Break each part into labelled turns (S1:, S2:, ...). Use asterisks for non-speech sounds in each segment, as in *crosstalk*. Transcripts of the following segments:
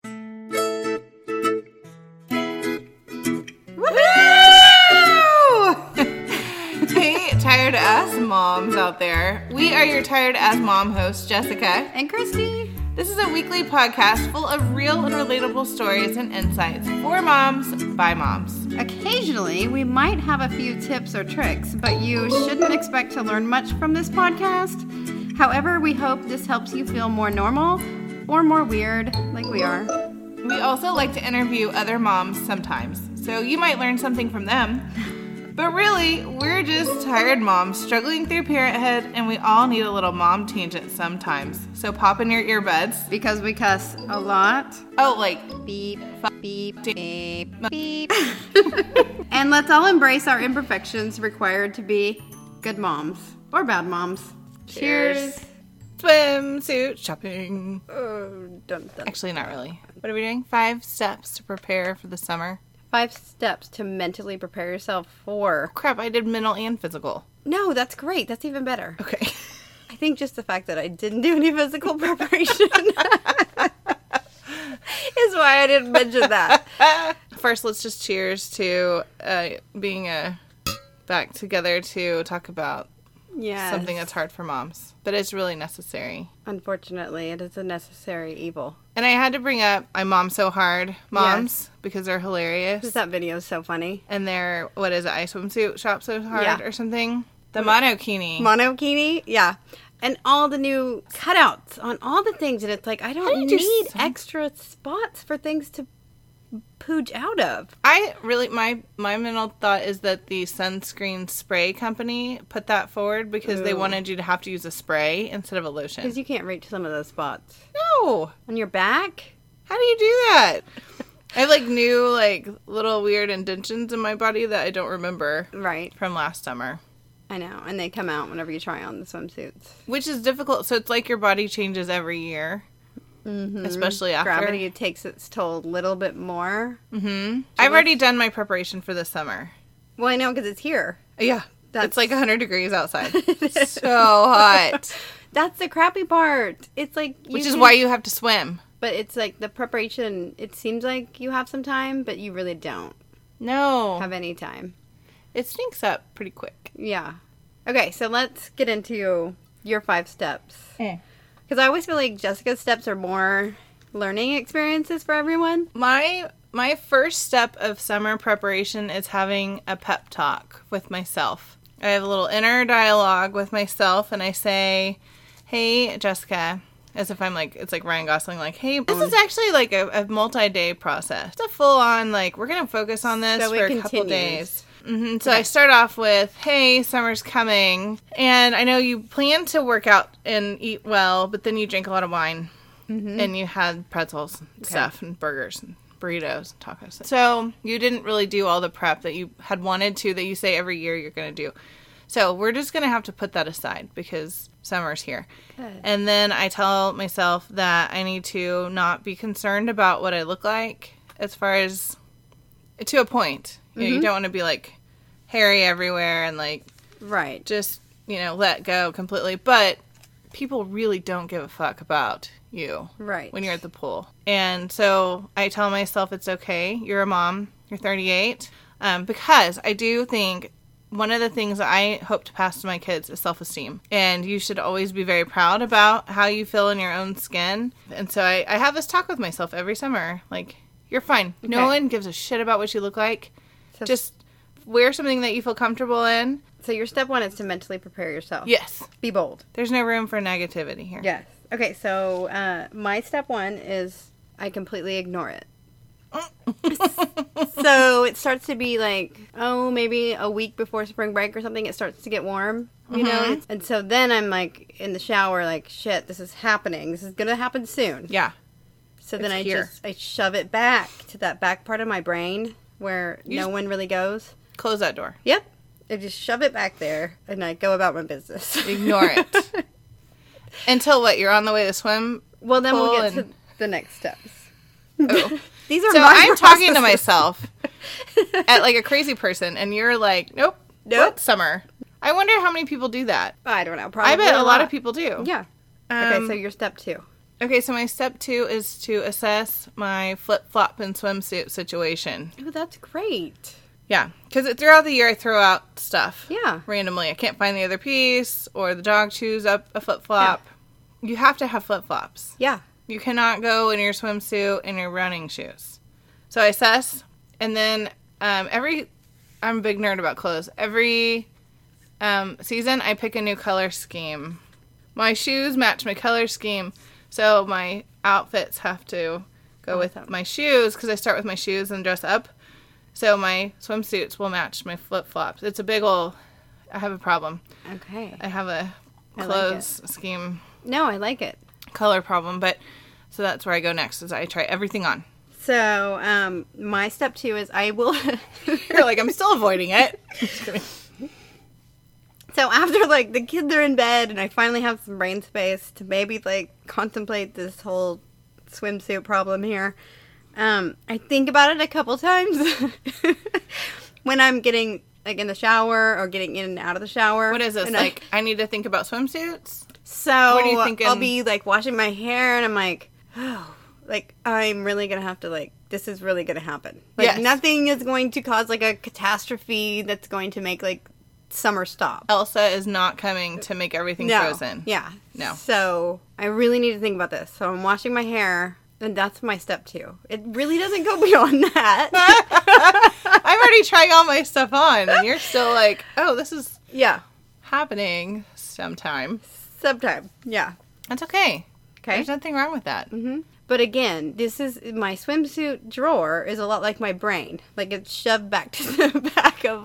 S1: *laughs* tired ass moms out there. We are your tired ass mom hosts, Jessica.
S2: And Christy.
S1: This is a weekly podcast full of real and relatable stories and insights for moms by moms.
S2: Occasionally, we might have a few tips or tricks, but you shouldn't expect to learn much from this podcast. However, we hope this helps you feel more normal or more weird, like we are.
S1: We also like to interview other moms sometimes, so you might learn something from them. But really, we're just tired moms struggling through parenthood, and we all need a little mom tangent sometimes. So pop in your earbuds.
S2: Because we cuss a lot.
S1: Oh, like
S2: Beep, beep, beep, beep. *laughs* and let's all embrace our imperfections required to be good moms or bad moms.
S1: Cheers. swimsuit shopping.
S2: Five
S1: Actually, not really. What are we doing? Five steps to prepare for the summer.
S2: steps to mentally prepare yourself for.
S1: Crap, I did mental and physical.
S2: No, that's great. That's even better.
S1: Okay.
S2: I think just the fact that I didn't do any physical *laughs* preparation is why I didn't mention that.
S1: *laughs* First, let's just cheers to uh, being uh, back together to talk about
S2: Yeah.
S1: something that's hard for moms, but it's really necessary.
S2: Unfortunately, it is a necessary evil.
S1: And I had to bring up I mom so hard moms because they're hilarious.
S2: Just that video is so funny.
S1: And they're what is it? I swimsuit shop so hard
S2: Yeah.
S1: or something. The monokini.
S2: Monokini, yeah. And all the new cutouts on all the things. And it's like, I don't
S1: do
S2: need
S1: some-
S2: extra spots for things to pooch out of.
S1: I really my my mental thought is that the sunscreen spray company put that forward because they
S2: Ooh.
S1: wanted you to have to use a spray instead of a lotion.
S2: Because you can't reach some of those spots.
S1: No.
S2: On your back?
S1: How do you do that? I have like new like little weird indentions in my body that I don't remember
S2: Right.
S1: from last summer.
S2: I know. And they come out whenever you try on the swimsuits.
S1: Which is difficult. So it's like your body changes every year. Especially after.
S2: Mm-hmm. Gravity takes its toll a little bit more.
S1: hmm I've already done my preparation for the summer.
S2: Well, I know because it's here.
S1: Yeah. It's
S2: That's-
S1: like 100 degrees
S2: *laughs*
S1: outside. so hot.
S2: That's the crappy part. It's like you
S1: Which is
S2: do-
S1: why you have to swim.
S2: But it's like the preparation. It seems like you have some time, but you really don't
S1: No.
S2: have any time.
S1: It stinks up pretty quick.
S2: Yeah. Okay, so let's get into your five steps because I always feel like Jessica's steps are more learning experiences for everyone.
S1: My my first step of summer preparation is having a pep talk with myself. I have a little inner dialogue with myself and I say, "Hey, Jessica," as if I'm like it's like Ryan Gosling like, "Hey, this is actually like a, a multi-day process. It's a full-on like we're going to focus on this
S2: So it
S1: for a couple
S2: continues.
S1: days." hmm So I start off with, "Hey, summer's coming, and I know you plan to work out and eat well, but then you drink a lot of wine, and you had pretzels and stuff and burgers and burritos and tacos. So you didn't really do all the prep that you had wanted to that you say every year you're going to do. So we're just going to have to put that aside because summer's here.
S2: Good.
S1: And then I tell myself that I need to not be concerned about what I look like as far as to a point. You, know, you don't want to be like hairy everywhere and like
S2: Right.
S1: just, you know, let go completely. But people really don't give a fuck about you
S2: Right.
S1: when you're at the pool. And so I tell myself it's okay. You're a mom. You're 38. Um, because I do think one of the things that I hope to pass to my kids is self esteem. And you should always be very proud about how you feel in your own skin. And so I, I have this talk with myself every summer like, you're fine. No
S2: Okay.
S1: one gives a shit about what you look like.
S2: So-
S1: Just wear something that you feel comfortable in.
S2: So your step one is to mentally prepare yourself.
S1: Yes.
S2: Be bold.
S1: There's no room for negativity here.
S2: Yes. Okay, so uh, my step one is I completely ignore
S1: *laughs*
S2: it. so it starts to be like, oh, maybe a week before spring break or something, it starts to get warm, you know?
S1: Mm-hmm.
S2: It's- And so then I'm like in the shower, like, shit, this is happening. This is going to happen soon.
S1: Yeah.
S2: So then
S1: it's
S2: I
S1: here.
S2: just I shove it back to that back part of my brain where
S1: You
S2: no
S1: just-
S2: one really goes.
S1: Close that door.
S2: Yep. I just shove it back there and I go about my business.
S1: Ignore
S2: *laughs*
S1: it. Until what? You're on the way to swim?
S2: Well, then we'll
S1: Pull
S2: get to
S1: and-
S2: the next steps.
S1: Oh.
S2: *laughs* These
S1: *laughs*
S2: are
S1: so
S2: my
S1: I'm talking to
S2: processes. *laughs*
S1: myself at like a crazy person, and you're like, nope,
S2: Nope.
S1: what summer. I wonder how many people do that.
S2: I don't know. Probably
S1: I bet a lot of people do.
S2: Yeah. okay,
S1: Um,
S2: so your step two.
S1: okay, so my step two is to assess my flip flop and swimsuit situation.
S2: Ooh, that's Oh, great.
S1: Yeah, because throughout the year I throw out stuff.
S2: Yeah.
S1: Randomly, I can't find the other piece, or the dog chews up a flip flop. You have to have flip flops.
S2: Yeah.
S1: You cannot go in your swimsuit and your running shoes. So I assess, and then um, every I'm a big nerd about clothes. Every um, season, I pick a new color scheme. My shoes match my color scheme, so my outfits have to
S2: Oh.
S1: go with my shoes because I start with my shoes and dress up. So my swimsuits will match my flip flops. It's a big ol' I have a problem.
S2: Okay.
S1: I have a
S2: I like
S1: clothes scheme
S2: No, I like it.
S1: color problem, but so that's where I go next is I try everything on.
S2: So, um, my step two is I will. *laughs*
S1: You're like I'm still avoiding it. *laughs*
S2: so after like the kids are in bed and I finally have some brain space to maybe like contemplate this whole swimsuit problem here, um, I think about it a couple times *laughs* when I'm getting like in the shower or getting in and out of the shower.
S1: What is this?
S2: And I-
S1: Like I need to think about swimsuits.
S2: So
S1: What are you thinking?
S2: I'll be like washing my hair, and I'm like, *sighs* oh, like I'm really gonna have to like this is really gonna happen. Like
S1: Yes.
S2: nothing is going to cause like a catastrophe that's going to make like summer stop.
S1: Elsa is not coming to make everything frozen. *laughs*
S2: Yeah.
S1: No.
S2: So I really need to think about this. So I'm washing my hair, and that's my step two. It really doesn't go *laughs* beyond that.
S1: *laughs*
S2: *laughs*
S1: I'm already trying all my stuff on, and you're still like, oh, this is
S2: yeah.
S1: happening sometime.
S2: Sometime. Yeah.
S1: That's okay.
S2: Okay.
S1: There's nothing wrong with that.
S2: But again, this is my swimsuit drawer is a lot like my brain. Like it's shoved back to *laughs* the back of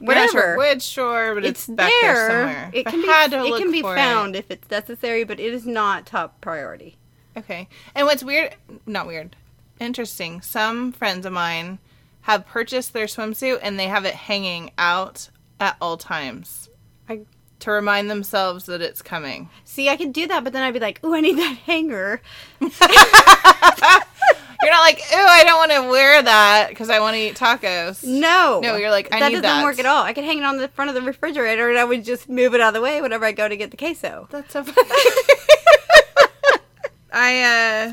S1: We're not
S2: whatever.
S1: sure which, sure, but it's,
S2: it's
S1: back there, somewhere. If
S2: It
S1: I
S2: can be
S1: had to
S2: it
S1: look
S2: can be
S1: for
S2: found if it's necessary, but it is not top priority.
S1: Okay. And what's weird, not weird, interesting, some friends of mine have purchased their swimsuit and they have it hanging out at all times
S2: I
S1: to remind themselves that it's coming.
S2: see I could do that, but then I'd be like, "Ooh, I need that hanger."
S1: You're not like, oh, I don't want to wear that because I want to eat tacos.
S2: No.
S1: No, you're like, I
S2: that
S1: need
S2: doesn't
S1: that.
S2: work at all. I could hang it on the front of the refrigerator and I would just move it out of the way whenever I go to get the queso.
S1: That's so funny. *laughs* I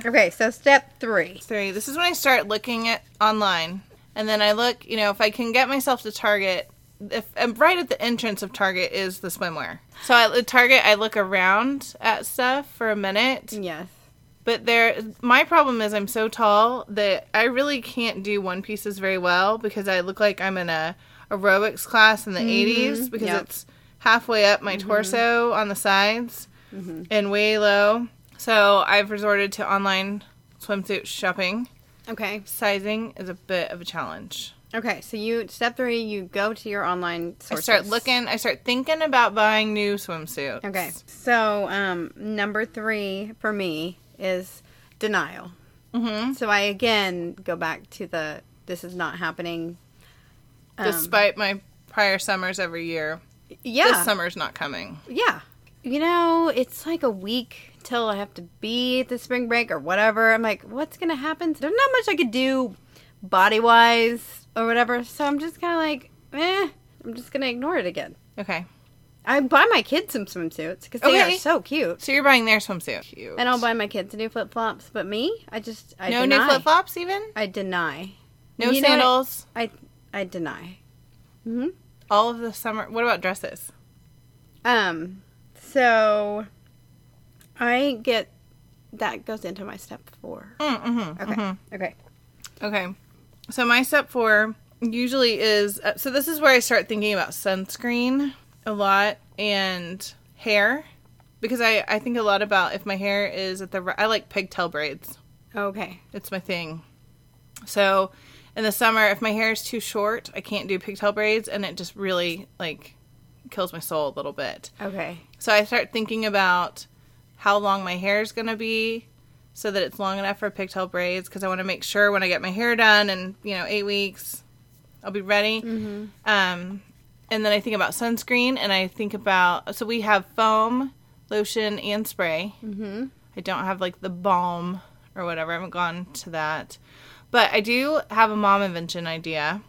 S1: uh
S2: Okay, so step 3.
S1: three. This is when I start looking at online, and then I look. You know, if I can get myself to Target, if and right at the entrance of Target is the swimwear. So I- at Target, I look around at stuff for a minute.
S2: Yes.
S1: But there, my problem is I'm so tall that I really can't do one pieces very well because I look like I'm in a aerobics class in the 80s because
S2: Yep.
S1: it's halfway up my torso on the sides and way low. So I've resorted to online swimsuit shopping.
S2: Okay.
S1: Sizing is a bit of a challenge.
S2: Okay, so you step three, you go to your online sources.
S1: I start looking, I start thinking about buying new swimsuits.
S2: Okay, so um, number three for me is denial. Mm-hmm. So I again go back to the this is not happening. Um,
S1: Despite my prior summers every year,
S2: yeah,
S1: this summer's not coming.
S2: yeah. You know, it's like a week till I have to be at the spring break or whatever. I'm like, what's gonna happen? There's not much I could do body wise or whatever. So I'm just kind of like, eh. I'm just gonna ignore it again.
S1: Okay.
S2: I buy my kids some swimsuits because they
S1: Okay.
S2: are so cute.
S1: So you're buying their swimsuit. Cute.
S2: And I'll buy my kids new flip flops, but me, I just I
S1: no
S2: deny.
S1: new flip flops even.
S2: I deny.
S1: No
S2: You know what?
S1: sandals.
S2: I I deny.
S1: Mm-hmm. All of the summer. What about dresses?
S2: Um, so I get that goes into my step four.
S1: Mm-hmm.
S2: Okay, okay,
S1: Okay. So my step four usually is uh, so this is where I start thinking about sunscreen a lot and hair because I I think a lot about if my hair is at the ri- I like pigtail braids.
S2: okay.
S1: It's my thing. So in the summer, if my hair is too short, I can't do pigtail braids, and it just really like kills my soul a little bit.
S2: Okay.
S1: So I start thinking about how long my hair is going to be so that it's long enough for pigtail braids because I want to make sure when I get my hair done in, you know, eight weeks, I'll be ready.
S2: Mm-hmm.
S1: Um, and then I think about sunscreen and I think about, so we have foam, lotion, and spray.
S2: Mm-hmm.
S1: I don't have like the balm or whatever. I haven't gone to that. But I do have a mom invention idea.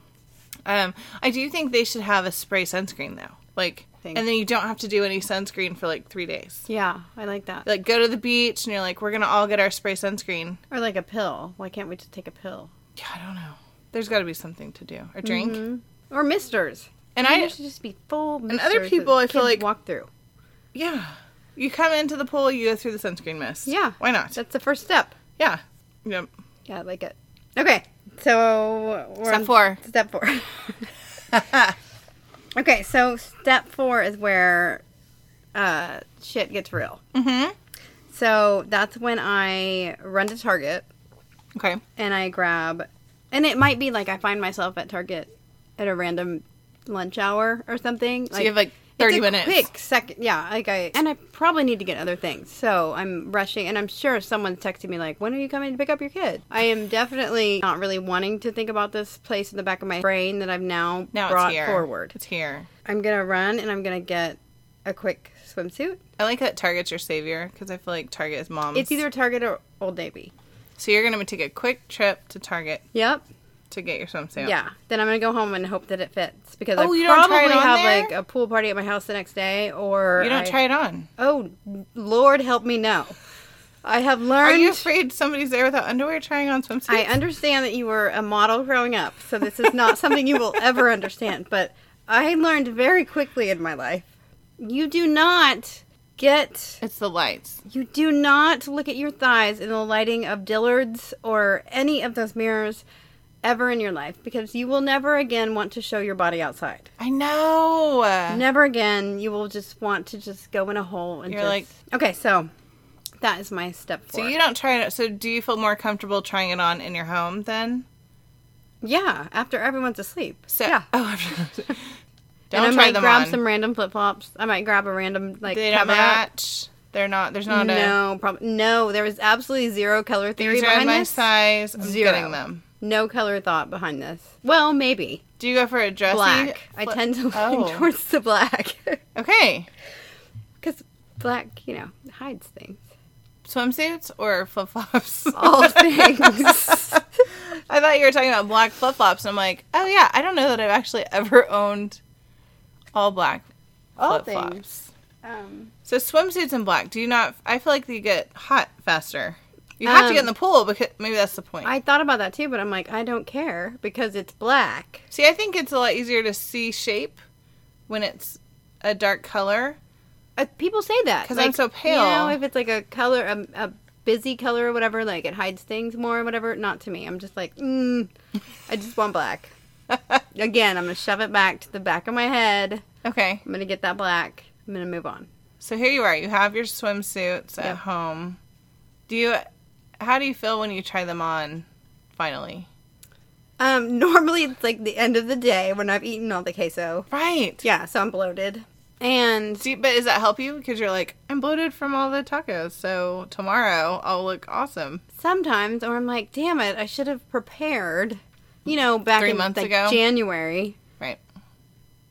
S1: Um, I do think they should have a spray sunscreen though. Like,
S2: Thank-
S1: and then you don't have to do any sunscreen for like three days.
S2: Yeah, I like that.
S1: Like, go to the beach and you're like, we're gonna all get our spray sunscreen.
S2: Or like a pill. Why can't we just take a pill?
S1: Yeah, I don't know. There's got to be something to do or drink.
S2: Mm-hmm. or misters.
S1: And
S2: Maybe
S1: I,
S2: it should just be full.
S1: And other people, I feel like-
S2: walk through.
S1: yeah, you come into the pool, you go through the sunscreen mist.
S2: Yeah,
S1: why not?
S2: That's the first step.
S1: yeah, yep.
S2: Yeah, I like it. Okay, so we're
S1: Step
S2: on
S1: four.
S2: Step four. *laughs* okay, so step four is where uh, shit gets real.
S1: Mm-hmm.
S2: So that's when I run to Target
S1: Okay.
S2: and I grab, and it might be like I find myself at Target at a random lunch hour or something.
S1: So you have like 30
S2: it's a
S1: minutes.
S2: Quick second, yeah. Like I and I probably need to get other things, so I'm rushing, and I'm sure someone's texting me like, "When are you coming to pick up your kid?" I am definitely not really wanting to think about this place in the back of my brain that I've now,
S1: Now
S2: brought
S1: it's here.
S2: forward.
S1: It's here.
S2: I'm gonna run and I'm gonna get a quick swimsuit.
S1: I like that Target's your savior because I feel like Target is mom's.
S2: It's either Target or Old Navy.
S1: So you're gonna take a quick trip to Target
S2: Yep.
S1: to get your swimsuit.
S2: Yeah. Then I'm gonna go home and hope that it fits because
S1: Oh,
S2: I
S1: you don't
S2: probably
S1: try it on
S2: have
S1: there?
S2: like a pool party at my house the next day, or
S1: You don't
S2: I-
S1: try it on.
S2: Oh, Lord, help me no. I have
S1: Are
S2: learned.
S1: you afraid somebody's there without underwear trying on swimsuits?
S2: I understand that you were a model growing up, so this is not something you will ever understand. But I learned very quickly in my life. You do not get.
S1: it's the lights.
S2: You do not look at your thighs in the lighting of Dillard's or any of those mirrors ever in your life because you will never again want to show your body outside.
S1: I know.
S2: Never again. You will just want to just go in a hole and
S1: You're
S2: just.
S1: like-
S2: okay, so that is my step. Four.
S1: So you don't try it. So do you feel more comfortable trying it on in your home then?
S2: Yeah, after everyone's asleep.
S1: So
S2: yeah.
S1: *laughs* oh, don't
S2: and I
S1: try
S2: might
S1: them
S2: grab
S1: on.
S2: some random flip flops. I might grab a random like
S1: they don't
S2: cover up.
S1: match. They're not. There's not a.
S2: No, prob- no. There was absolutely zero color theory
S1: These are
S2: behind
S1: my
S2: this.
S1: size. I'm
S2: Zero.
S1: getting them.
S2: No color thought behind this. Well, maybe
S1: Do you go for a dressy?
S2: black. I
S1: fli-
S2: tend to lean
S1: Oh.
S2: *laughs* towards the black
S1: Okay,
S2: because black, you know, hides things.
S1: swimsuits or flip flops.
S2: *laughs*
S1: *laughs*
S2: All things.
S1: I thought you were talking about black flip flops. I'm like, oh yeah, I don't know that I've actually *laughs* ever owned all black
S2: All
S1: flip flops.
S2: Um,
S1: So swimsuits in black. Do you not? I feel like you get hot faster. You have to
S2: Um,
S1: get in the pool because maybe that's the point.
S2: I thought about that too, but I'm like, I don't care because it's black.
S1: See, I think it's a lot easier to see shape when it's a dark color.
S2: Uh, people say that
S1: 'Cause I'm
S2: Like,
S1: so
S2: You know,
S1: pale.
S2: if it's like a color, a, a busy color or whatever, like it hides things more or whatever. Not to me. I'm just like, mm, I just
S1: *laughs*
S2: want black. Again, I'm gonna shove it back to the back of my head.
S1: Okay,
S2: I'm gonna get that black. I'm gonna move on.
S1: so here you are. You have your swimsuits at
S2: Yep.
S1: home. Do you? How do you feel when you try them on? Finally,
S2: Um, *laughs* normally it's like the end of the day when I've eaten all the queso.
S1: right?
S2: Yeah, so I'm bloated. And
S1: Do you, but does that help you? Because you're like, I'm bloated from all the tacos, so tomorrow I'll look awesome.
S2: sometimes, or I'm like, damn it, I should have prepared. You know, back
S1: Three
S2: in
S1: months
S2: like,
S1: ago?
S2: January.
S1: Right.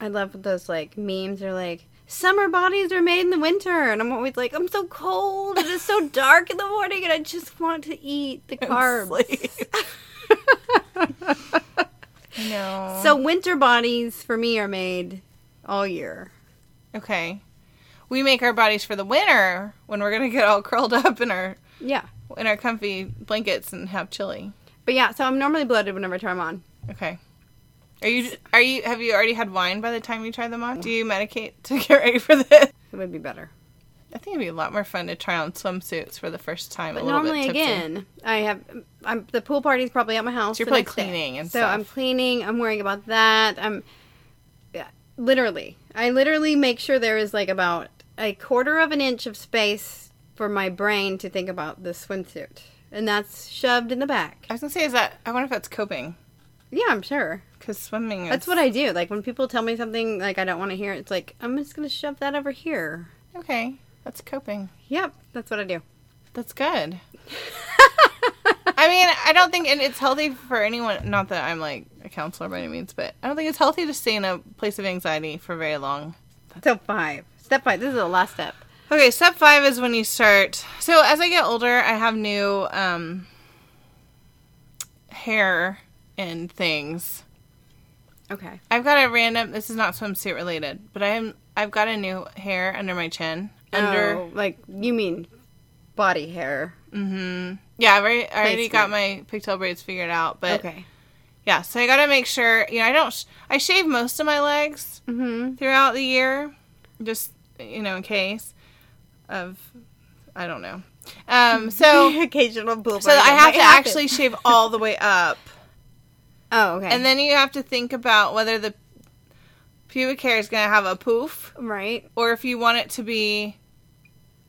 S2: I love those like memes are like summer bodies are made in the winter and I'm always like I'm so cold it is so dark in the morning and I just want to eat the carbs.
S1: No.
S2: *laughs* so winter bodies for me are made all year.
S1: okay, we make our bodies for the winter when we're gonna get all curled up in our
S2: Yeah.
S1: in our comfy blankets and have chili.
S2: But yeah, so I'm normally bloated whenever I try them on.
S1: Okay. Are you are you have you already had wine by the time you try them on? Do you medicate to get ready for this?
S2: It would be better.
S1: I think it'd be a lot more fun to try on swimsuits for the first time.
S2: But
S1: a little
S2: normally
S1: bit tipsy.
S2: again, I have I'm the pool party's probably at my house.
S1: So you're
S2: the
S1: probably
S2: next day.
S1: cleaning and
S2: so
S1: stuff.
S2: I'm cleaning, I'm worrying about that. I'm yeah, literally. I literally make sure there is like about a quarter of an inch of space for my brain to think about the swimsuit. And that's shoved in the back.
S1: I was gonna say, is that I wonder if that's coping
S2: Yeah, I'm sure.
S1: because swimming. Is,
S2: That's what I do. Like when people tell me something like I don't want to hear, it's like I'm just going to shove that over here.
S1: Okay, that's coping.
S2: Yep, that's what I do.
S1: That's good. I mean, I don't think, and it's healthy for anyone. Not that I'm like a counselor by any means, but I don't think it's healthy to stay in a place of anxiety for very long.
S2: So 5. Step 5. This is the last step.
S1: Okay, step five is when you start. So as I get older, I have new um, hair and things.
S2: Okay.
S1: I've got a random. This is not swimsuit related, but I'm. I've got a new hair under my chin. Under.
S2: Oh, like you mean body hair.
S1: Mm-hmm. Yeah, I've already, I already got
S2: Placement.
S1: my pigtail braids figured out, but
S2: okay.
S1: yeah, so I got to make sure, you know, I don't, sh- I shave most of my legs
S3: Mm-hmm.
S1: throughout the year, just, you know, in case of, I don't know.
S2: *laughs*
S1: Um,
S3: *laughs*
S1: so,
S3: Occasional boob.
S1: so I have to actually shave all the way up.
S2: Oh, *laughs* okay.
S1: And then you have to think about whether the pubic hair is going to have a poof
S2: right,
S1: or if you want it to be,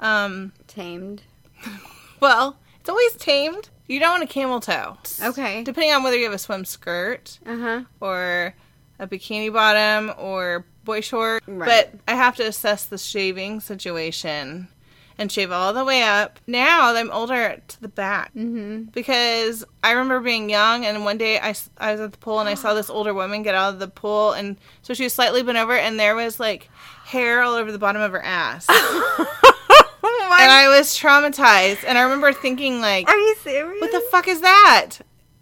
S1: um,
S2: tamed.
S1: well, it's always tamed. You don't want a camel toe.
S2: Okay.
S1: Depending on whether you have a swim skirt
S2: Uh
S3: Uh-huh.
S2: huh.
S1: or a bikini bottom or boy short.
S2: Right.
S1: But I have to assess the shaving situation and shave all the way up. Now that I'm older to the back *laughs*
S2: Mm-hmm.
S1: because I remember being young and one day I, s- I was at the pool and I saw this older woman get out of the pool and so she was slightly bent over and there was like hair all over the bottom of her
S2: *laughs*
S1: ass.
S2: Oh
S1: And I was traumatized and I remember thinking like
S3: Are you serious?
S1: what the fuck is that?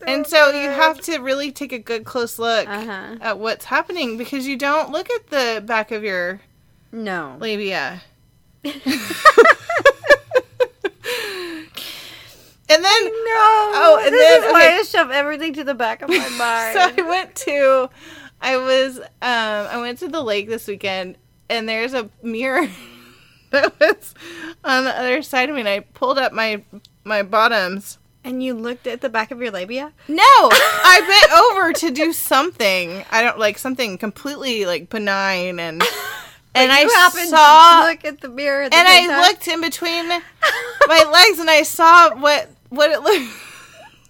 S1: And so you have to really take a good close look
S2: Uh-huh.
S1: at what's happening because you don't look at the back of your
S2: No.
S1: labia. *laughs* and then
S3: no.
S1: Oh, and
S3: this
S1: then-
S3: is why
S1: okay.
S3: I shove everything to the back of
S1: *laughs*
S3: my mind.
S1: so I went to, I was, um, I went to the lake this weekend, and there's a mirror *laughs* that was on the other side of me, and I pulled up my my bottoms.
S3: and you looked at the back of your labia.
S1: No, I bent over to do something. I don't like something completely like
S3: *laughs*
S1: benign and and I
S3: you happened
S1: saw
S3: to look at the mirror, at the
S1: and
S3: same
S1: I
S3: time?
S1: looked
S3: *laughs*
S1: in between my legs and I saw what what it looked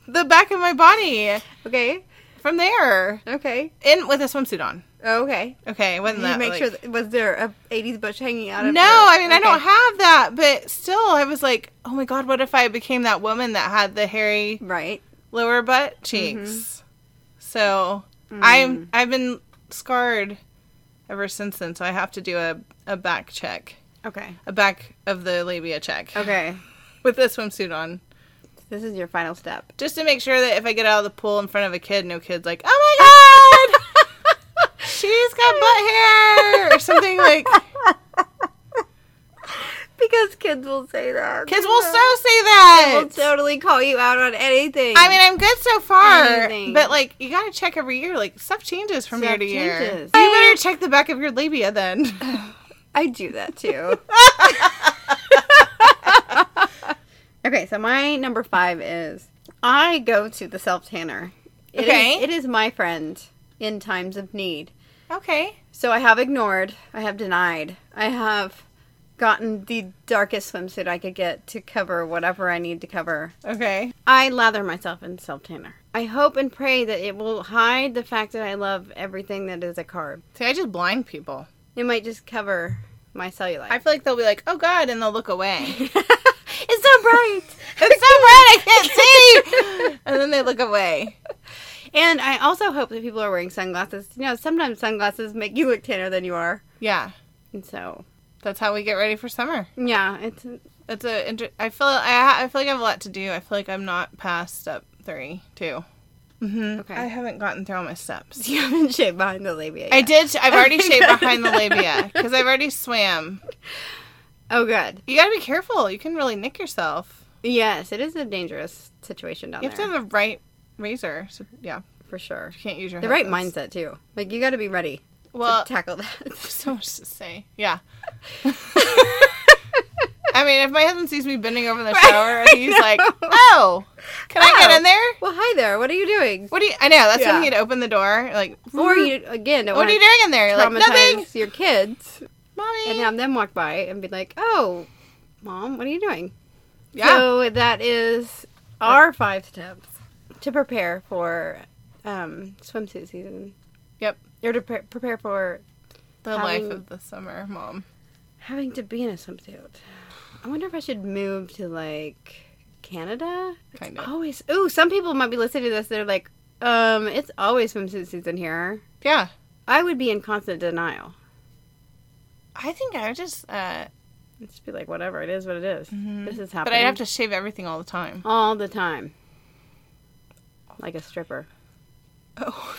S1: the back of my body
S3: Okay.
S1: from there
S3: Okay.
S1: in with a swimsuit on.
S3: Okay.
S1: Okay, it wasn't
S3: You
S1: that
S3: make
S1: like-
S3: sure. That, was there a '80s bush hanging out? Of
S1: no,
S3: your-
S1: I mean I
S3: Okay.
S1: don't have that, but still, I was like, oh my god, what if I became that woman that had the hairy
S3: Right.
S1: lower butt cheeks?
S3: Mm-hmm.
S1: So
S3: Mm.
S1: I'm I've been scarred ever since then. So I have to do a a back check,
S3: Okay.
S1: a back of the labia check
S3: Okay.
S1: with a swimsuit on,
S3: This is your final
S1: *laughs*
S3: step.
S1: just to make sure that if I get out of the pool in front of a kid, no kid's like, oh my god. She's got
S3: *laughs*
S1: butt hair or something like
S3: Because kids will say that.
S1: kids will so say that.
S3: They will totally call you out on anything.
S1: I mean, I'm good so far,
S3: Anything.
S1: but like you gotta check every year. Like stuff changes from year
S3: Stuff
S1: to year. You
S3: changes.
S1: better check the back of your labia then.
S3: *sighs* I do that
S1: *laughs*
S3: too.
S2: Okay, so my number five is I go to the self tanner. It is-
S1: Okay.
S2: it is my friend in times of need.
S1: okay.
S2: So I have ignored, I have denied, I have gotten the darkest swimsuit I could get to cover whatever I need to cover.
S1: Okay.
S2: I lather myself in self tanner. I hope and pray that it will hide the fact that I love everything that is a carb.
S1: See, I just blind people.
S2: It might just cover my cellulite. *laughs*
S1: I feel like they'll be like, "Oh God," and they'll look away.
S2: it's so bright.
S1: it's so bright, I can't
S2: *laughs*
S1: see. and then they look away.
S2: And I also hope that people are wearing sunglasses. You know, sometimes sunglasses make you look tanner than you are.
S1: Yeah,
S2: And so,
S1: that's how we get ready for summer.
S2: yeah, it's
S1: That's a. Inter- I feel. I. ha- I feel like I have a lot to do. I feel like I'm not past step three, two. Mm-hmm.
S2: Okay.
S1: I haven't gotten through all my steps.
S2: *laughs* you haven't shaved behind the labia.
S1: I
S2: yet.
S1: did. sh- I've
S2: *laughs*
S1: already
S2: Okay,
S1: shaved
S2: good.
S1: behind the labia because I've already swam.
S2: Oh, good.
S1: You gotta be careful. You can really nick yourself.
S2: Yes, it is a dangerous situation down
S1: You have to
S2: there
S1: have the right razor. So, yeah,
S2: for sure.
S1: you can't use your
S2: The right
S1: headphones.
S2: mindset too. Like you got to be ready
S1: Well,
S2: to
S1: *laughs*
S2: tackle that.
S1: so much to say. Yeah. *laughs* I mean, if my husband sees me bending over in the
S2: Right,
S1: shower,
S2: I
S1: he's like,
S2: know.
S1: "Oh, can I
S2: Oh.
S1: get in there?
S2: well, hi there. What are you doing?
S1: What do you?" I know that's
S2: Yeah.
S1: when he'd open the door, like,
S2: Or you again? Don't
S1: "What are you
S2: wanna
S1: doing in there?" You're like,
S2: Traumatize
S1: "Nothing,
S2: your kids
S1: *laughs*
S2: and
S1: mommy."
S2: have them walk by and be like, "Oh, mom, what are you doing?"
S1: yeah.
S2: So that is our five steps to prepare for um, swimsuit season.
S1: Yep.
S2: Or to pre- prepare for
S1: the
S2: having-
S1: life of the summer mom.
S2: having to be in a swimsuit. I wonder if I should move to like Canada.
S1: Kind of.
S2: Always. Ooh, some people might be listening to this. They're like, um, it's always swimsuit season here.
S1: Yeah.
S2: I would be in constant denial.
S1: I think I would just, uh,
S2: I'd just be like, whatever, it is what it is.
S3: Mm-hmm.
S2: This is
S1: but
S2: happening.
S1: I'd have to shave everything all the time.
S2: all the time, like a stripper.
S1: Oh.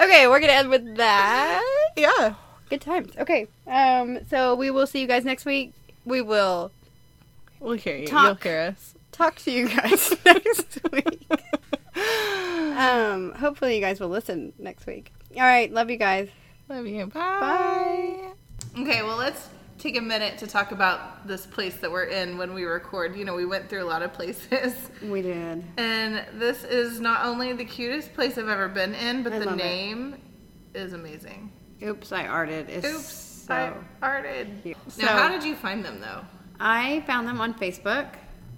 S2: Okay, we're gonna end with that.
S1: *laughs* Yeah.
S2: Good times. Okay, um, so we will see you guys next week. We will
S1: We'll hear you.
S2: Talk.
S1: You'll hear us.
S3: talk to you
S1: *laughs*
S3: guys next week. Um, hopefully you guys will listen next week. All right, love you guys.
S1: Love you. Bye. Bye. Okay, well, let's take a minute to talk about this place that we're in when we record. You know, we went through a lot of places, *laughs*
S3: We did.
S1: and this is not only the cutest place I've ever been in, but
S3: I
S1: the
S3: love it.
S1: name is amazing.
S2: Oops, I arted. It's
S1: Oops,
S2: so.
S1: I arted.
S2: cute. So-
S1: Now, how did you find them though?
S2: I found them on Facebook.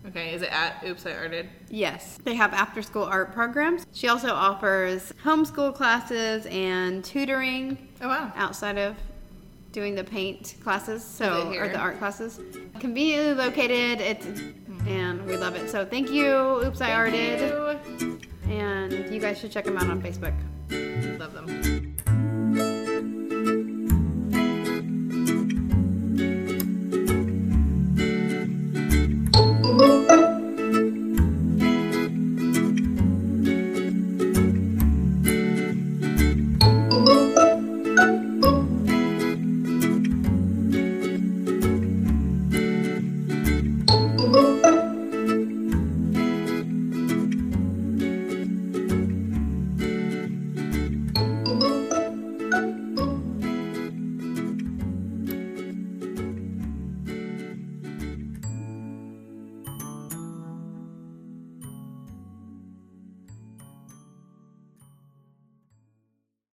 S1: Okay, is it at Oops, I arted?
S2: Yes, they have after school art programs. She also offers homeschool classes and tutoring
S1: Oh wow.
S2: outside of doing the paint classes,
S1: Is
S2: so
S1: it
S2: or
S1: here?
S2: the art classes. Conveniently located, it's and we love it. So thank you, Oops I Arted, and you guys should check them out on Facebook.
S1: Love them.